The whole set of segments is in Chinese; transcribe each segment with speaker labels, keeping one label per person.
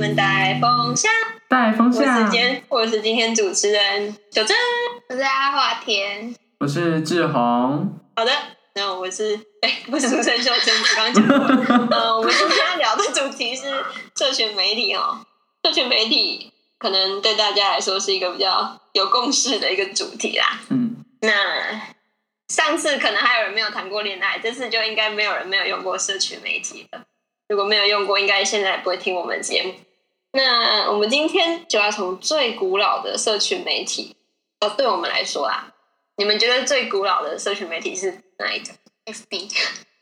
Speaker 1: 任带风向，
Speaker 2: 带风
Speaker 1: 我是
Speaker 2: 向
Speaker 1: 今，天我是今天主持人九正。
Speaker 3: 我是阿华田，
Speaker 2: 我是志宏。
Speaker 1: 好的，那我是哎，我是主持人修真，我刚刚讲过。呃，我们今天要聊的主题是社群媒体哦，社群媒体可能对大家来说是一个比较有共识的一个主题啦。
Speaker 2: 嗯，
Speaker 1: 那上次可能还有人没有谈过恋爱，这次就应该没有人没有用过社群媒体了。如果没有用过，应该现在也不会听我们节目。那我们今天就要从最古老的社群媒体，呃，对我们来说啦，你们觉得最古老的社群媒体是哪一个？FB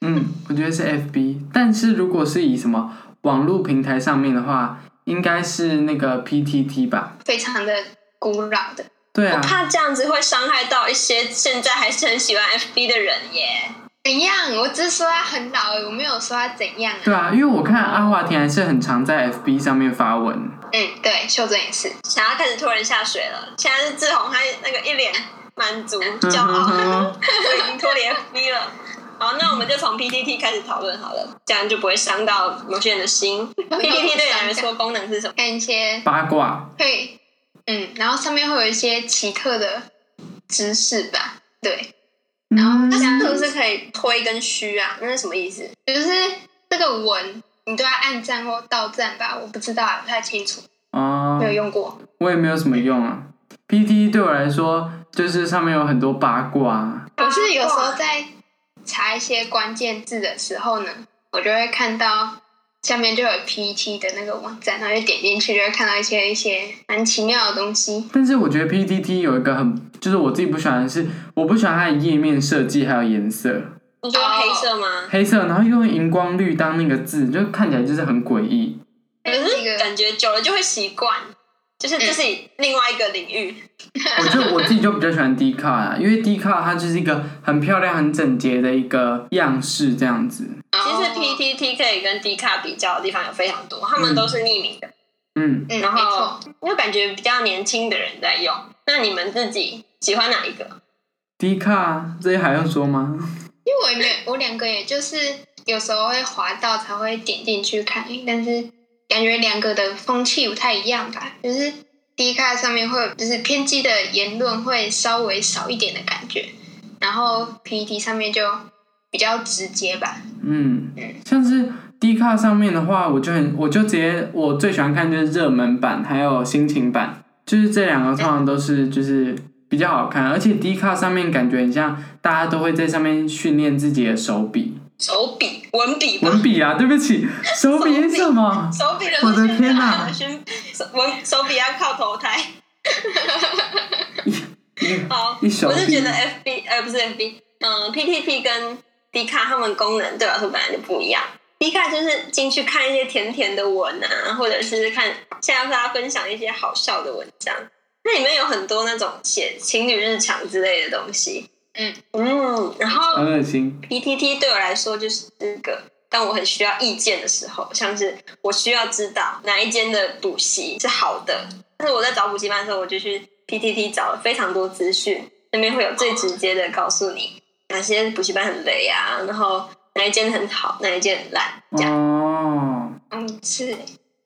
Speaker 2: 嗯，我觉得是 FB，但是如果是以什么网络平台上面的话，应该是那个 PTT 吧？
Speaker 3: 非常的古老的，
Speaker 2: 对啊
Speaker 1: 我，怕这样子会伤害到一些现在还是很喜欢 FB 的人耶。
Speaker 3: 怎样？我只是说它很老而已，我没有说它怎样啊。
Speaker 2: 对啊，因为我看阿华田还是很常在 FB 上面发文。
Speaker 3: 嗯，对，秀珍也是。
Speaker 1: 想要开始拖人下水了，现在是志宏，他那个一脸满足骄傲。 我已经脱离 FB 了。好，那我们就从 PPT 开始讨论好了，这样就不会伤到某些人的 心。PPT 对你来说功能是什么？
Speaker 3: 看一些
Speaker 2: 八卦，
Speaker 3: 会，嗯，然后上面会有一些奇特的知识吧，对，
Speaker 2: 然后
Speaker 1: 它是不是可以推跟虚啊？那是什么意思？
Speaker 3: 就是这个文你都要按赞或到赞吧，我不知道，不太清楚，
Speaker 2: 哦
Speaker 3: 没，有用过。
Speaker 2: 我也没有什么用啊。PTT 对我来说，就是上面有很多八卦。啊
Speaker 3: 我是有时候在查一些关键字的时候呢，我就会看到下面就有 PET 的那个网站，然后就点进去，就会看到一些一些蛮奇妙的东西。
Speaker 2: 但是我觉得 PTT 有一个很，就是我自己不喜欢的是，我不喜欢它的页面设计还有颜色，
Speaker 1: 你说黑色吗？
Speaker 2: 黑色，然后用荧光绿当那个字，就看起来就是很诡异。
Speaker 1: 可
Speaker 3: 这
Speaker 1: 是
Speaker 3: 个
Speaker 1: 感觉久了就会习惯，就是这是另外一个领域。
Speaker 2: 我就我自己就比较喜欢 D 卡啦，因为 D 卡它就是一个很漂亮、很整洁的一个样式这样子。
Speaker 1: 其实
Speaker 3: 哦
Speaker 1: PPT 可以跟 D 卡比较的地方有非常多，他们都是匿名的。
Speaker 2: 嗯，
Speaker 3: 嗯，
Speaker 1: 然
Speaker 3: 没
Speaker 1: 后
Speaker 3: 错，
Speaker 1: 因为感觉比较年轻的人在用，那你们自己喜欢哪一个？
Speaker 2: D 卡这些还用说吗？
Speaker 3: 因为我也没有，我两个也就是有时候会滑到才会点进去看，但是感觉两个的风气不太一样吧，就是。D 卡上面会有就是偏激的言论会稍微少一点的感觉，然后 PET 上面就比较直接吧，
Speaker 2: 嗯，像是 D 卡上面的话，我就很我就直接我最喜欢看就是热门版还有心情版，就是这两个通常都是就是比较好看，而且 D 卡上面感觉很像大家都会在上面训练自己的手笔
Speaker 1: 手笔、文笔吧。
Speaker 2: 文笔啊，对不起，手笔是什么？
Speaker 1: 手笔的
Speaker 2: 我的天哪
Speaker 1: 宣手文手笔要靠投胎。好，
Speaker 2: 一手
Speaker 1: 我
Speaker 2: 笔
Speaker 1: 是觉得 FB 呃不是 FB，嗯、PTT 跟 D 卡他们功能对我来说本来就不一样。D 卡就是进去看一些甜甜的文啊，或者是看现在大家分享一些好笑的文章，那里面有很多那种写情侣日常之类的东西。
Speaker 3: 嗯
Speaker 1: 嗯，然后
Speaker 2: 很恶心，
Speaker 1: PTT ，E 对我来说就是一个，当我很需要意见的时候，像是我需要知道哪一间的补习是好的，但是我在找补习班的时候，我就去 PTT 找了非常多资讯，那边会有最直接的告诉你哪些补习班很雷啊，然后哪一间很好，哪一间很烂，这样。
Speaker 2: 哦，
Speaker 3: 嗯，是，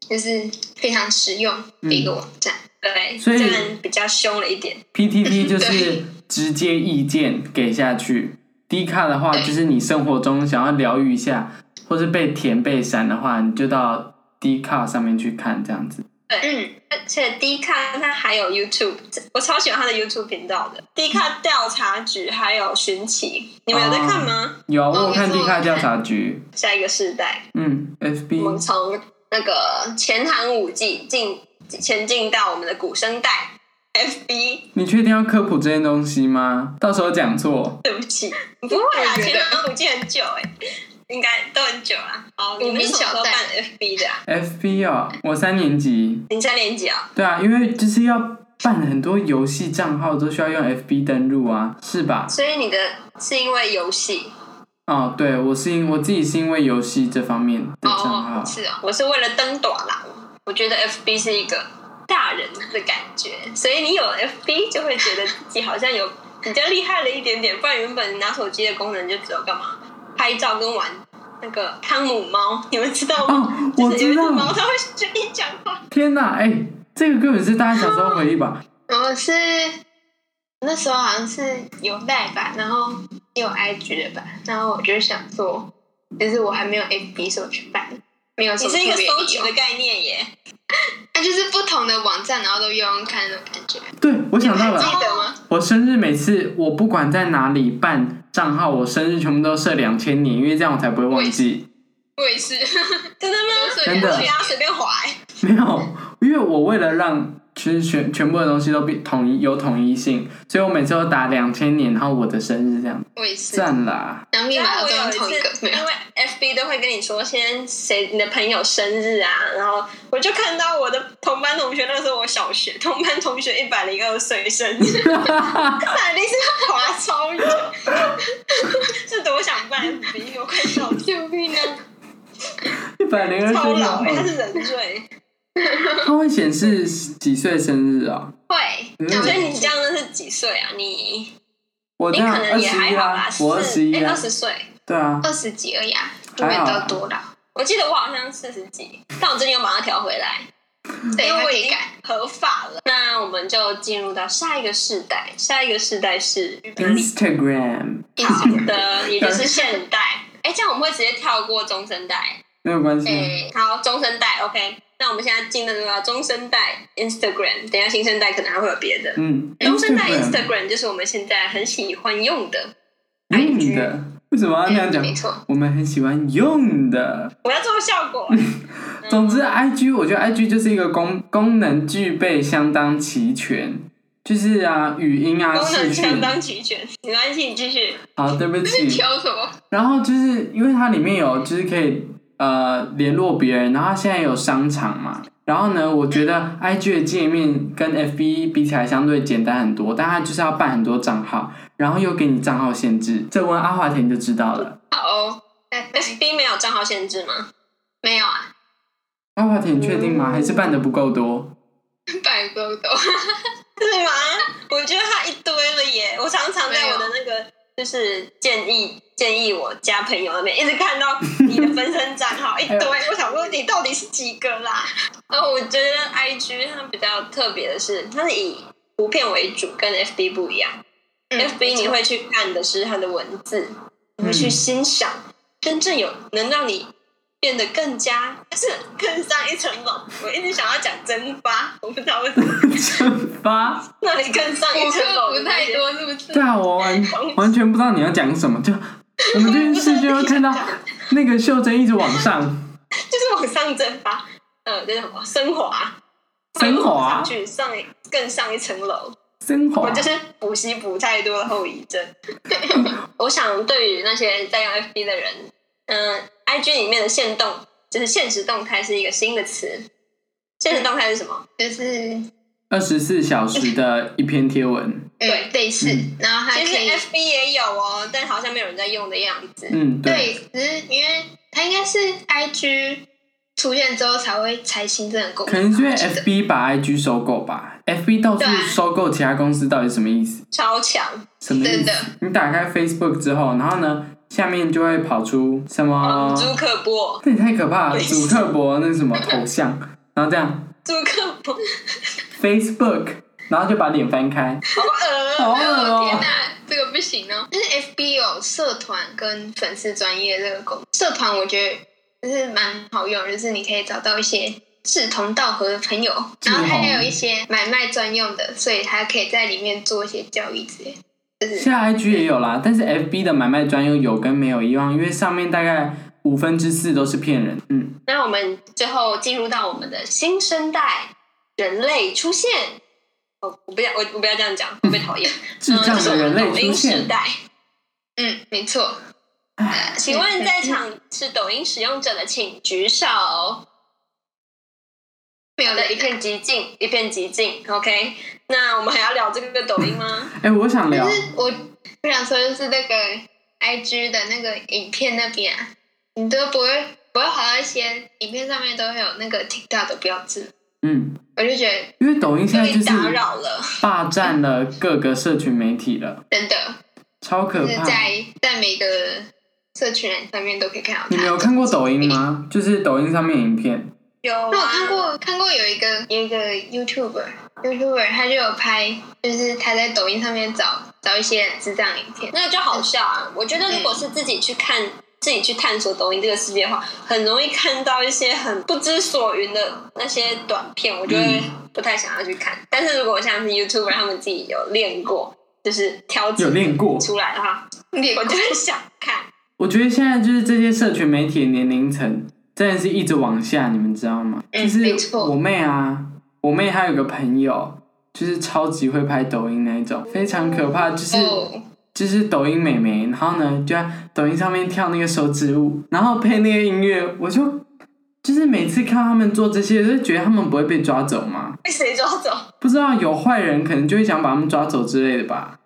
Speaker 3: 就是非常实用
Speaker 2: 嗯
Speaker 3: 的一个网站。
Speaker 1: 对，
Speaker 2: 所以
Speaker 1: 虽然比较凶了一点，
Speaker 2: PTT 就是
Speaker 3: 对
Speaker 2: 直接意见给下去低卡的话
Speaker 3: 对
Speaker 2: 就是你生活中想要疗愈一下，或是被甜被闪的话，你就到低卡上面去看这样子。
Speaker 3: 嗯，
Speaker 1: 而且 D 卡它还有 YouTube，我超喜欢它的 YouTube 频道的。D 卡调查局还有寻奇，你们有在看吗？
Speaker 2: 有啊，我有看
Speaker 3: 没错
Speaker 2: 低卡调查局，
Speaker 1: 下一个世代。
Speaker 2: 嗯
Speaker 1: 我们
Speaker 2: ，FB
Speaker 1: 从那个前寒武纪进前进到我们的古生代，FB，
Speaker 2: 你确定要科普这件东西吗？到时候讲错，
Speaker 1: 对不起，不会啦，
Speaker 3: 我觉得
Speaker 1: 前寒武纪很久哎、应该都很久啦。好，你
Speaker 3: 无
Speaker 1: 们
Speaker 3: 名
Speaker 1: 是什么时
Speaker 3: 小
Speaker 1: 候
Speaker 3: 站
Speaker 1: 办 FB 的、啊？
Speaker 2: FB 哦，我三年级，
Speaker 1: 零三年级啊？
Speaker 2: 对啊，因为就是要办很多游戏账号都需要用 FB 登录啊，是吧？
Speaker 1: 所以你的是因为游戏，
Speaker 2: 哦，对，我是因我自己是因为游戏这方面的账号，
Speaker 3: 哦，是哦，
Speaker 1: 我是为了登短啦。我觉得 FB 是一个大人的感觉，所以你有 FB 就会觉得自己好像有比较厉害了一点点，不然原本拿手机的功能就只有干嘛拍照跟玩那个汤姆猫，你们知道吗？
Speaker 2: 哦，
Speaker 1: 就
Speaker 2: 我
Speaker 1: 是有一
Speaker 2: 知
Speaker 1: 只
Speaker 2: 道，
Speaker 1: 猫，它会学你讲话。
Speaker 2: 天哪，哎、这个根本是大家小时候回忆吧？
Speaker 3: 然后是那时候好像是有带吧，然后也有 IG 的吧，然后我就想做，就是我还没有 FB 所以我去办，没有什
Speaker 1: 你
Speaker 3: 么
Speaker 1: 是一个
Speaker 3: 特别
Speaker 1: 搜
Speaker 3: 理
Speaker 1: 集
Speaker 3: 由
Speaker 1: 的概念耶，
Speaker 3: 它就是不同的网站，然后都用看那种感觉，
Speaker 2: 对，我想到
Speaker 3: 还
Speaker 2: 了
Speaker 3: 记，得吗？
Speaker 1: 哦
Speaker 2: 我生日每次我不管在哪里办账号，我生日全部都设两千年，因为这样我才不会忘记。
Speaker 3: 我 也是，
Speaker 1: 真的 吗？
Speaker 2: 真的
Speaker 3: 啊
Speaker 1: 我觉得它随便划哎。
Speaker 2: 没有，因为我为了让其实全全部的东西都比统一有统一性，所以我每次都打两千年，然后我的生日这样，
Speaker 3: 我也是，
Speaker 2: 赞啦！
Speaker 3: 然后密码
Speaker 1: 我
Speaker 3: 都
Speaker 1: 有
Speaker 3: 用
Speaker 1: 一
Speaker 3: 同一个，
Speaker 1: 次，
Speaker 3: 没有
Speaker 1: 因。为 FB 都会跟你说先谁你的朋友生日啊，然后我就看到我的同班同学，那时候我小学同班同学一百零二岁生日， 那一定是滑超 远，是多想办 FB，我快笑死，
Speaker 3: 救命啊！
Speaker 2: 一百零二
Speaker 1: 超
Speaker 2: 岁
Speaker 1: 老、欸，他
Speaker 2: 了，
Speaker 1: 是人瑞，
Speaker 2: 它会显示几岁生日啊？
Speaker 1: 会，
Speaker 2: 嗯
Speaker 1: 所以你这样的是几岁啊？你
Speaker 2: 我
Speaker 1: 你
Speaker 2: 这样
Speaker 1: 可
Speaker 2: 二
Speaker 1: 能也
Speaker 2: 十
Speaker 1: 还
Speaker 2: 一
Speaker 1: 好
Speaker 2: 啊
Speaker 1: 啦，，是
Speaker 2: 我二十一
Speaker 1: 哎
Speaker 2: 啊
Speaker 1: 二，十岁。
Speaker 2: 对啊，
Speaker 3: 二十几而已啊，就没
Speaker 2: 还好
Speaker 3: 有
Speaker 2: 啦
Speaker 3: 到多老，
Speaker 1: 我记得我好像四十几，但我最近又把它调回来，
Speaker 2: 嗯
Speaker 3: 对，
Speaker 1: 因为
Speaker 3: 还
Speaker 1: 我
Speaker 3: 可
Speaker 1: 已
Speaker 3: 以
Speaker 1: 经
Speaker 3: 改。
Speaker 1: 合法了。那我们就进入到下一个世代，下一个世代是
Speaker 2: Instagram
Speaker 1: 好
Speaker 3: Instagram
Speaker 1: 的，也就是现代。 哎，这样我们会直接跳过中生代。
Speaker 2: 没有关系吗，
Speaker 1: 哎，好，中生代，OK。那我们现在进入到中生代 Instagram，等一下新生代可能还会有别的。
Speaker 2: 嗯
Speaker 1: 中生代
Speaker 2: ，Instagram
Speaker 1: Instagram 就是我们现在很喜欢用的。
Speaker 2: 用的，为什么要那样
Speaker 3: 嗯
Speaker 2: 讲？
Speaker 3: 没错，
Speaker 2: 我们很喜欢用的。
Speaker 1: 我要做效果。嗯
Speaker 2: 总之，IG 我觉得 IG 就是一个功功能具备相当齐全，就是啊，语音啊，
Speaker 1: 功
Speaker 2: 视
Speaker 1: 能相
Speaker 2: 讯。
Speaker 1: 当齐全，没关系，你继续。
Speaker 2: 好，对不 起。
Speaker 3: 挑什么？
Speaker 2: 然后就是因为它里面有就是可以呃联络别人，然后它现在有商场嘛。然后呢，我觉得 I G 的界面跟 F B 比起来相对简单很多，但它就是要办很多账号，然后又给你账号限制，这问阿华田就知道了。
Speaker 3: 好哦，那
Speaker 1: FB 没有账号限制吗？
Speaker 3: 没有啊，
Speaker 2: 阿华田，你确
Speaker 1: 嗯
Speaker 2: 定吗？还是办的不够多？
Speaker 3: 百个都
Speaker 1: 是吗？我觉得他一堆了耶！我常常在我的那个就是建议建议我加朋友那边，一直看到你的分身账 号一堆，我想说你到底是几个啦？然呃后我觉得 I G 它比较特别的是，它是以图片为主，跟 F B 不一样。F
Speaker 3: 嗯
Speaker 1: B 你会去看的是它的文字，你会去欣赏，真正有能让你变得更加就是更上一层楼。我一直想要讲蒸发，我不知道为什么。
Speaker 2: 惩罚？
Speaker 1: 那你更上一
Speaker 3: 补
Speaker 1: 层楼
Speaker 3: 课
Speaker 1: 的
Speaker 3: 不
Speaker 1: 那
Speaker 3: 太
Speaker 1: 些，
Speaker 3: 多，是不是
Speaker 2: 对？啊，我完 完全不知道你要讲什么，就我们这件事就会看到那个袖珍一直往上
Speaker 1: 就是往上蒸发，呃，就是什么升华，
Speaker 2: 升华
Speaker 1: 上，去上一更上一层楼。
Speaker 2: 升华
Speaker 1: 我就。是补习补太多的后遗症。 我想对于那些在用 FB 的人，嗯、i g 里面的限动就是现实动态是一个新的词。现实动态是什么？
Speaker 3: 就是
Speaker 2: 二十四小时的一篇贴文，
Speaker 1: 对
Speaker 3: 嗯类似
Speaker 2: 嗯，
Speaker 3: 然后它
Speaker 1: 其
Speaker 3: 可
Speaker 1: 实
Speaker 3: 以
Speaker 1: FB 也有哦，但好像没有人在用的样子。
Speaker 2: 嗯，对，
Speaker 3: 对，只是因为它应该是 IG 出现之后才会才新增的功
Speaker 2: 可
Speaker 3: 能，
Speaker 2: 能是因为
Speaker 3: 我记得
Speaker 2: FB 把 IG 收购吧，FB 到处
Speaker 3: 对啊
Speaker 2: 收购其他公司，到底什么意思？
Speaker 1: 超强，
Speaker 2: 什么意
Speaker 3: 真的
Speaker 2: 思？你打开 Facebook 之后，然后呢，下面就会跑出什么？
Speaker 3: 哦
Speaker 1: 朱克伯，
Speaker 2: 那也太可怕了！
Speaker 1: 对
Speaker 2: 主克伯那什么头像，然后这样
Speaker 1: 朱克伯，
Speaker 2: Facebook，然后就把脸翻开，
Speaker 1: 好恶
Speaker 2: 好恶
Speaker 3: 哦
Speaker 2: 哦
Speaker 3: 天！哪，这个不行哦！但是 FB 有社团跟粉丝专业这个功能，社团我觉得就是蛮好用，就是你可以找到一些志同道合的朋友，
Speaker 2: 志
Speaker 3: 然
Speaker 2: 同
Speaker 3: 后它还有一些买卖专用的，所以它可以在里面做一些交易之类。就是
Speaker 2: 现在 IG 也有啦，但是 FB 的买卖专用有跟没有一样，因为上面大概五分之四都是骗人。嗯，
Speaker 1: 那我们最后进入到我们的新生代人类出现。哦，我不要，我我不要这样讲，会被讨 厌。
Speaker 2: 智障的人类
Speaker 1: 嗯就是我们抖
Speaker 3: 哦
Speaker 2: 出
Speaker 1: 音时
Speaker 2: 现。
Speaker 1: 代，
Speaker 3: 嗯，没错。
Speaker 2: 唉
Speaker 1: 请问在场是抖音使用者的，请举手。好
Speaker 3: 没有
Speaker 1: 的，一
Speaker 3: 人看，
Speaker 1: 片寂静，一片寂静。OK，那我们还要聊这个抖音 吗？
Speaker 2: 哎、我想聊
Speaker 3: 但，是我我想说就是那个 IG 的那个影片那边啊，你都不会不会滑到一些影片上面都会有那个 TikTok 的标志，
Speaker 2: 嗯，
Speaker 3: 我就觉得
Speaker 2: 因为抖音现在
Speaker 1: 被
Speaker 2: 啊就是
Speaker 1: 打扰了，
Speaker 2: 霸占了各个社群媒体了，
Speaker 3: 真的。
Speaker 2: 超可
Speaker 3: 就是
Speaker 2: 怕。
Speaker 3: 在在每个社群人上面都可以看到他。
Speaker 2: 你们有看过抖音？吗？就是抖音上面影片，
Speaker 1: 有啊
Speaker 3: 那我看过，看过有一个有一个 YouTuber，YouTuber 他就有拍，就是他在抖音上面找找一些智障影片。
Speaker 1: 那个就好笑啊！我觉得如果是
Speaker 2: 嗯
Speaker 1: 自己去看、自己去探索抖音这个世界的话，很容易看到一些很不知所云的那些短片，我就会
Speaker 2: 嗯
Speaker 1: 不太想要去看。但是如果像是 YouTuber 他们自己有练过，就是挑几
Speaker 2: 有练过。
Speaker 1: 出来的话，
Speaker 3: 你
Speaker 1: 我就会想看。
Speaker 2: 我觉得现在就是这些社群媒体的年龄层真的是一直往下，你们知道吗？
Speaker 3: 嗯
Speaker 2: 就是
Speaker 3: 没错
Speaker 2: 我妹啊，我妹还有个朋友，就是超级会拍抖音那一种，非常可怕，就是。
Speaker 3: 哦，
Speaker 2: 就是抖音美眉，然后呢就在抖音上面跳那个手指舞，然后配那个音乐，我就就是每次看到他们做这些，就觉得他们不会被抓走吗？
Speaker 1: 被谁抓走？
Speaker 2: 不知道有坏人可能就会想把他们抓走之类的吧？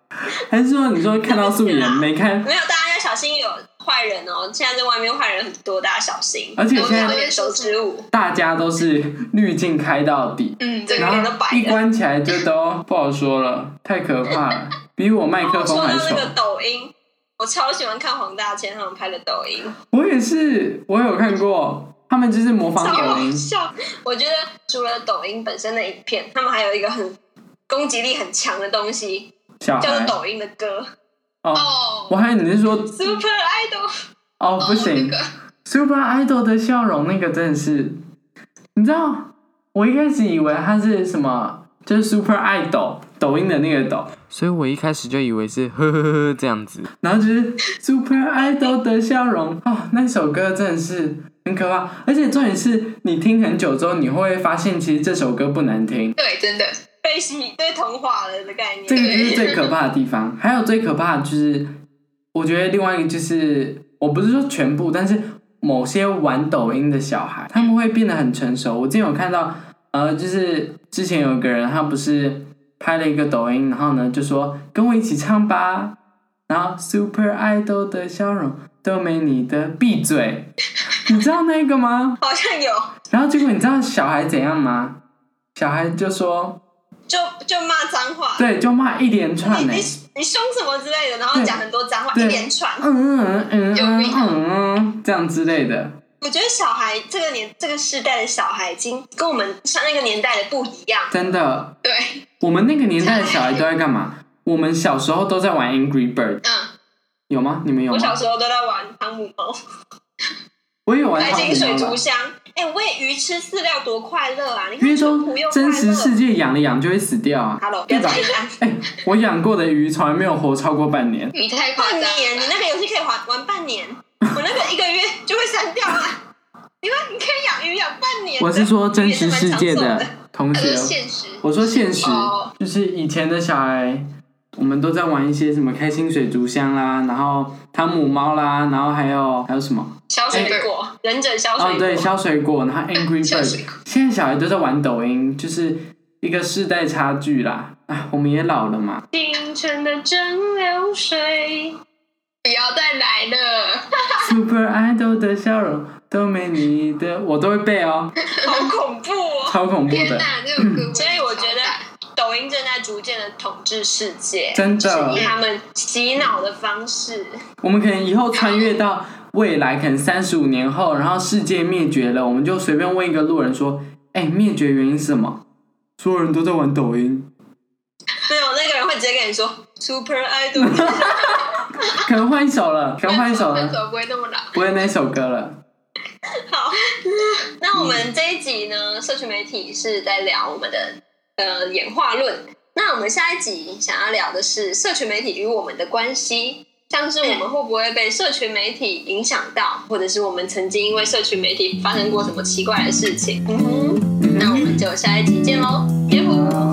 Speaker 2: 还是说你说看到素颜没看？
Speaker 1: 没有，大家要小心有坏人哦！现在在外面坏人很多，大家小心。
Speaker 2: 而且现在
Speaker 1: 有点手指舞，
Speaker 2: 大家都是滤镜开到底，
Speaker 3: 嗯，
Speaker 1: 这
Speaker 3: 对
Speaker 1: 个
Speaker 2: 然
Speaker 1: 脸
Speaker 2: 后
Speaker 1: 都白
Speaker 2: 一
Speaker 1: 了。
Speaker 2: 关起来就都不好说了，太可怕了，比我麦克
Speaker 1: 说
Speaker 2: 风
Speaker 1: 到
Speaker 2: 还
Speaker 1: 那
Speaker 2: 丑。
Speaker 1: 个抖音，我超喜欢看黄大千他们拍的抖音。
Speaker 2: 我也是，我有看过，他们就是模仿
Speaker 1: 超
Speaker 2: 抖
Speaker 1: 好
Speaker 2: 音。
Speaker 1: 笑！我觉得除了抖音本身的影片，他们还有一个很攻击力很强的东西，
Speaker 2: 小
Speaker 1: 叫做
Speaker 2: 孩
Speaker 1: 抖音的歌
Speaker 2: 哦，
Speaker 3: 哦
Speaker 2: 我，还以为你是说
Speaker 1: ，Super Idol。
Speaker 2: 哦，不行、
Speaker 3: 那个
Speaker 2: s u p e r Idol 的笑容那个真的是，你知道，我一开始以为它是什么，就是 Super Idol 抖音的那个抖，所以我一开始就以为是 呵呵呵呵这样子，然后就是 Super Idol 的笑容啊、那首歌真的是很可怕，而且重点是你听很久之后，你会发现其实这首歌不难听。
Speaker 3: 对，真的，
Speaker 1: 被洗被同化了的概念，
Speaker 2: 这个就是最可怕的地方。还有最可怕的就是，我觉得另外一个就是，我不是说全部，但是某些玩抖音的小孩，他们会变得很成熟。我之前有看到，呃，就是之前有一个人，他不是拍了一个抖音，然后呢就说跟我一起唱吧，然后 Super Idol 的笑容都没你的，闭嘴，你知道那个吗？
Speaker 1: 好像有，
Speaker 2: 然后结果你知道小孩怎样吗？小孩就说，
Speaker 1: 就就骂脏话，
Speaker 2: 对，就骂一连
Speaker 1: 你
Speaker 2: 串呢、
Speaker 1: 你你凶什么之类的，然后
Speaker 2: 对
Speaker 1: 讲很多脏话，
Speaker 2: 对
Speaker 1: 一连串。
Speaker 2: 嗯嗯嗯嗯嗯，这样之类的。
Speaker 1: 我觉得小孩这个年这个世代的小孩，已经跟我们上那个年代的不一样。
Speaker 2: 真的，
Speaker 3: 对，
Speaker 2: 我们那个年代的小孩都在干嘛？我们小时候都在玩 Angry Bird，
Speaker 3: 嗯，
Speaker 2: 有吗？你们有
Speaker 1: 我
Speaker 2: 吗？
Speaker 1: 小时候都在玩汤姆猫、
Speaker 2: 我也有玩
Speaker 1: 白
Speaker 2: 汤
Speaker 1: 金水
Speaker 2: 姆猫
Speaker 1: 族
Speaker 2: 吧。
Speaker 1: 箱，哎、喂鱼吃饲料多快乐啊！你
Speaker 2: 因
Speaker 1: 看
Speaker 2: 为
Speaker 1: 川普又快
Speaker 2: 说真
Speaker 1: 乐。
Speaker 2: 实世界养了养就会死掉啊
Speaker 1: Hello，，不
Speaker 2: 对
Speaker 1: 要
Speaker 2: 吧
Speaker 1: 太？难。
Speaker 2: 哎、我养过的鱼从来没有活超过半年。
Speaker 3: 你太夸
Speaker 1: 半
Speaker 3: 张
Speaker 1: 年，你
Speaker 3: 了吧。
Speaker 1: 那个游戏可以玩玩半年，我那个一个月就会删掉了。你看，你可以养鱼养半年的。
Speaker 2: 我是说真实世界
Speaker 1: 也是蛮
Speaker 2: 的
Speaker 1: 长寿
Speaker 2: 同
Speaker 3: 他
Speaker 2: 学，
Speaker 3: 说现实，
Speaker 2: 我说现实
Speaker 3: 哦
Speaker 2: 就是以前的小孩，我们都在玩一些什么开心水族箱啦，然后汤姆猫啦，然后还有还有什么？
Speaker 1: 小水果，忍者小
Speaker 2: 哦，
Speaker 1: 水
Speaker 2: 对，
Speaker 1: 果。
Speaker 2: 削水果， 然后 Angry
Speaker 3: 削
Speaker 2: Bird
Speaker 3: 水果。
Speaker 2: 现在小孩都在玩抖音，就是一个世代差距啦。啊，我们也老了 嘛。
Speaker 1: 清晨的蒸馏水，
Speaker 3: 不要再来了，
Speaker 2: Super Idol 的笑容都没你的，我都会背 哦，
Speaker 1: 好恐怖哦！
Speaker 2: 超恐怖
Speaker 3: 天
Speaker 2: 的，
Speaker 3: 哪，这首歌，
Speaker 1: 嗯所以我觉得抖音正在逐渐的统治世界，
Speaker 2: 真的
Speaker 1: 以。他们洗脑的方式。
Speaker 2: 我们可能以后穿越到未来，可能三十五年后，然后世界灭绝了，我们就随便问一个路人说：“哎、灭绝原因是什么？”所有人都在玩抖音，
Speaker 1: 没有那个人会直接跟你说 “Super Idol”，
Speaker 2: 可能换一首了，可能换一首
Speaker 3: 分
Speaker 2: 了，
Speaker 3: 手不会那么老，
Speaker 2: 不会那首歌了。
Speaker 1: 好， 那我们这一集呢，社群媒体是在聊我们的呃演化论。那我们下一集想要聊的是社群媒体与我们的关系，像是我们会不会被社群媒体影响到，或者是我们曾经因为社群媒体发生过什么奇怪的事情。嗯哼，那我们就下一集见喽，耶！呼。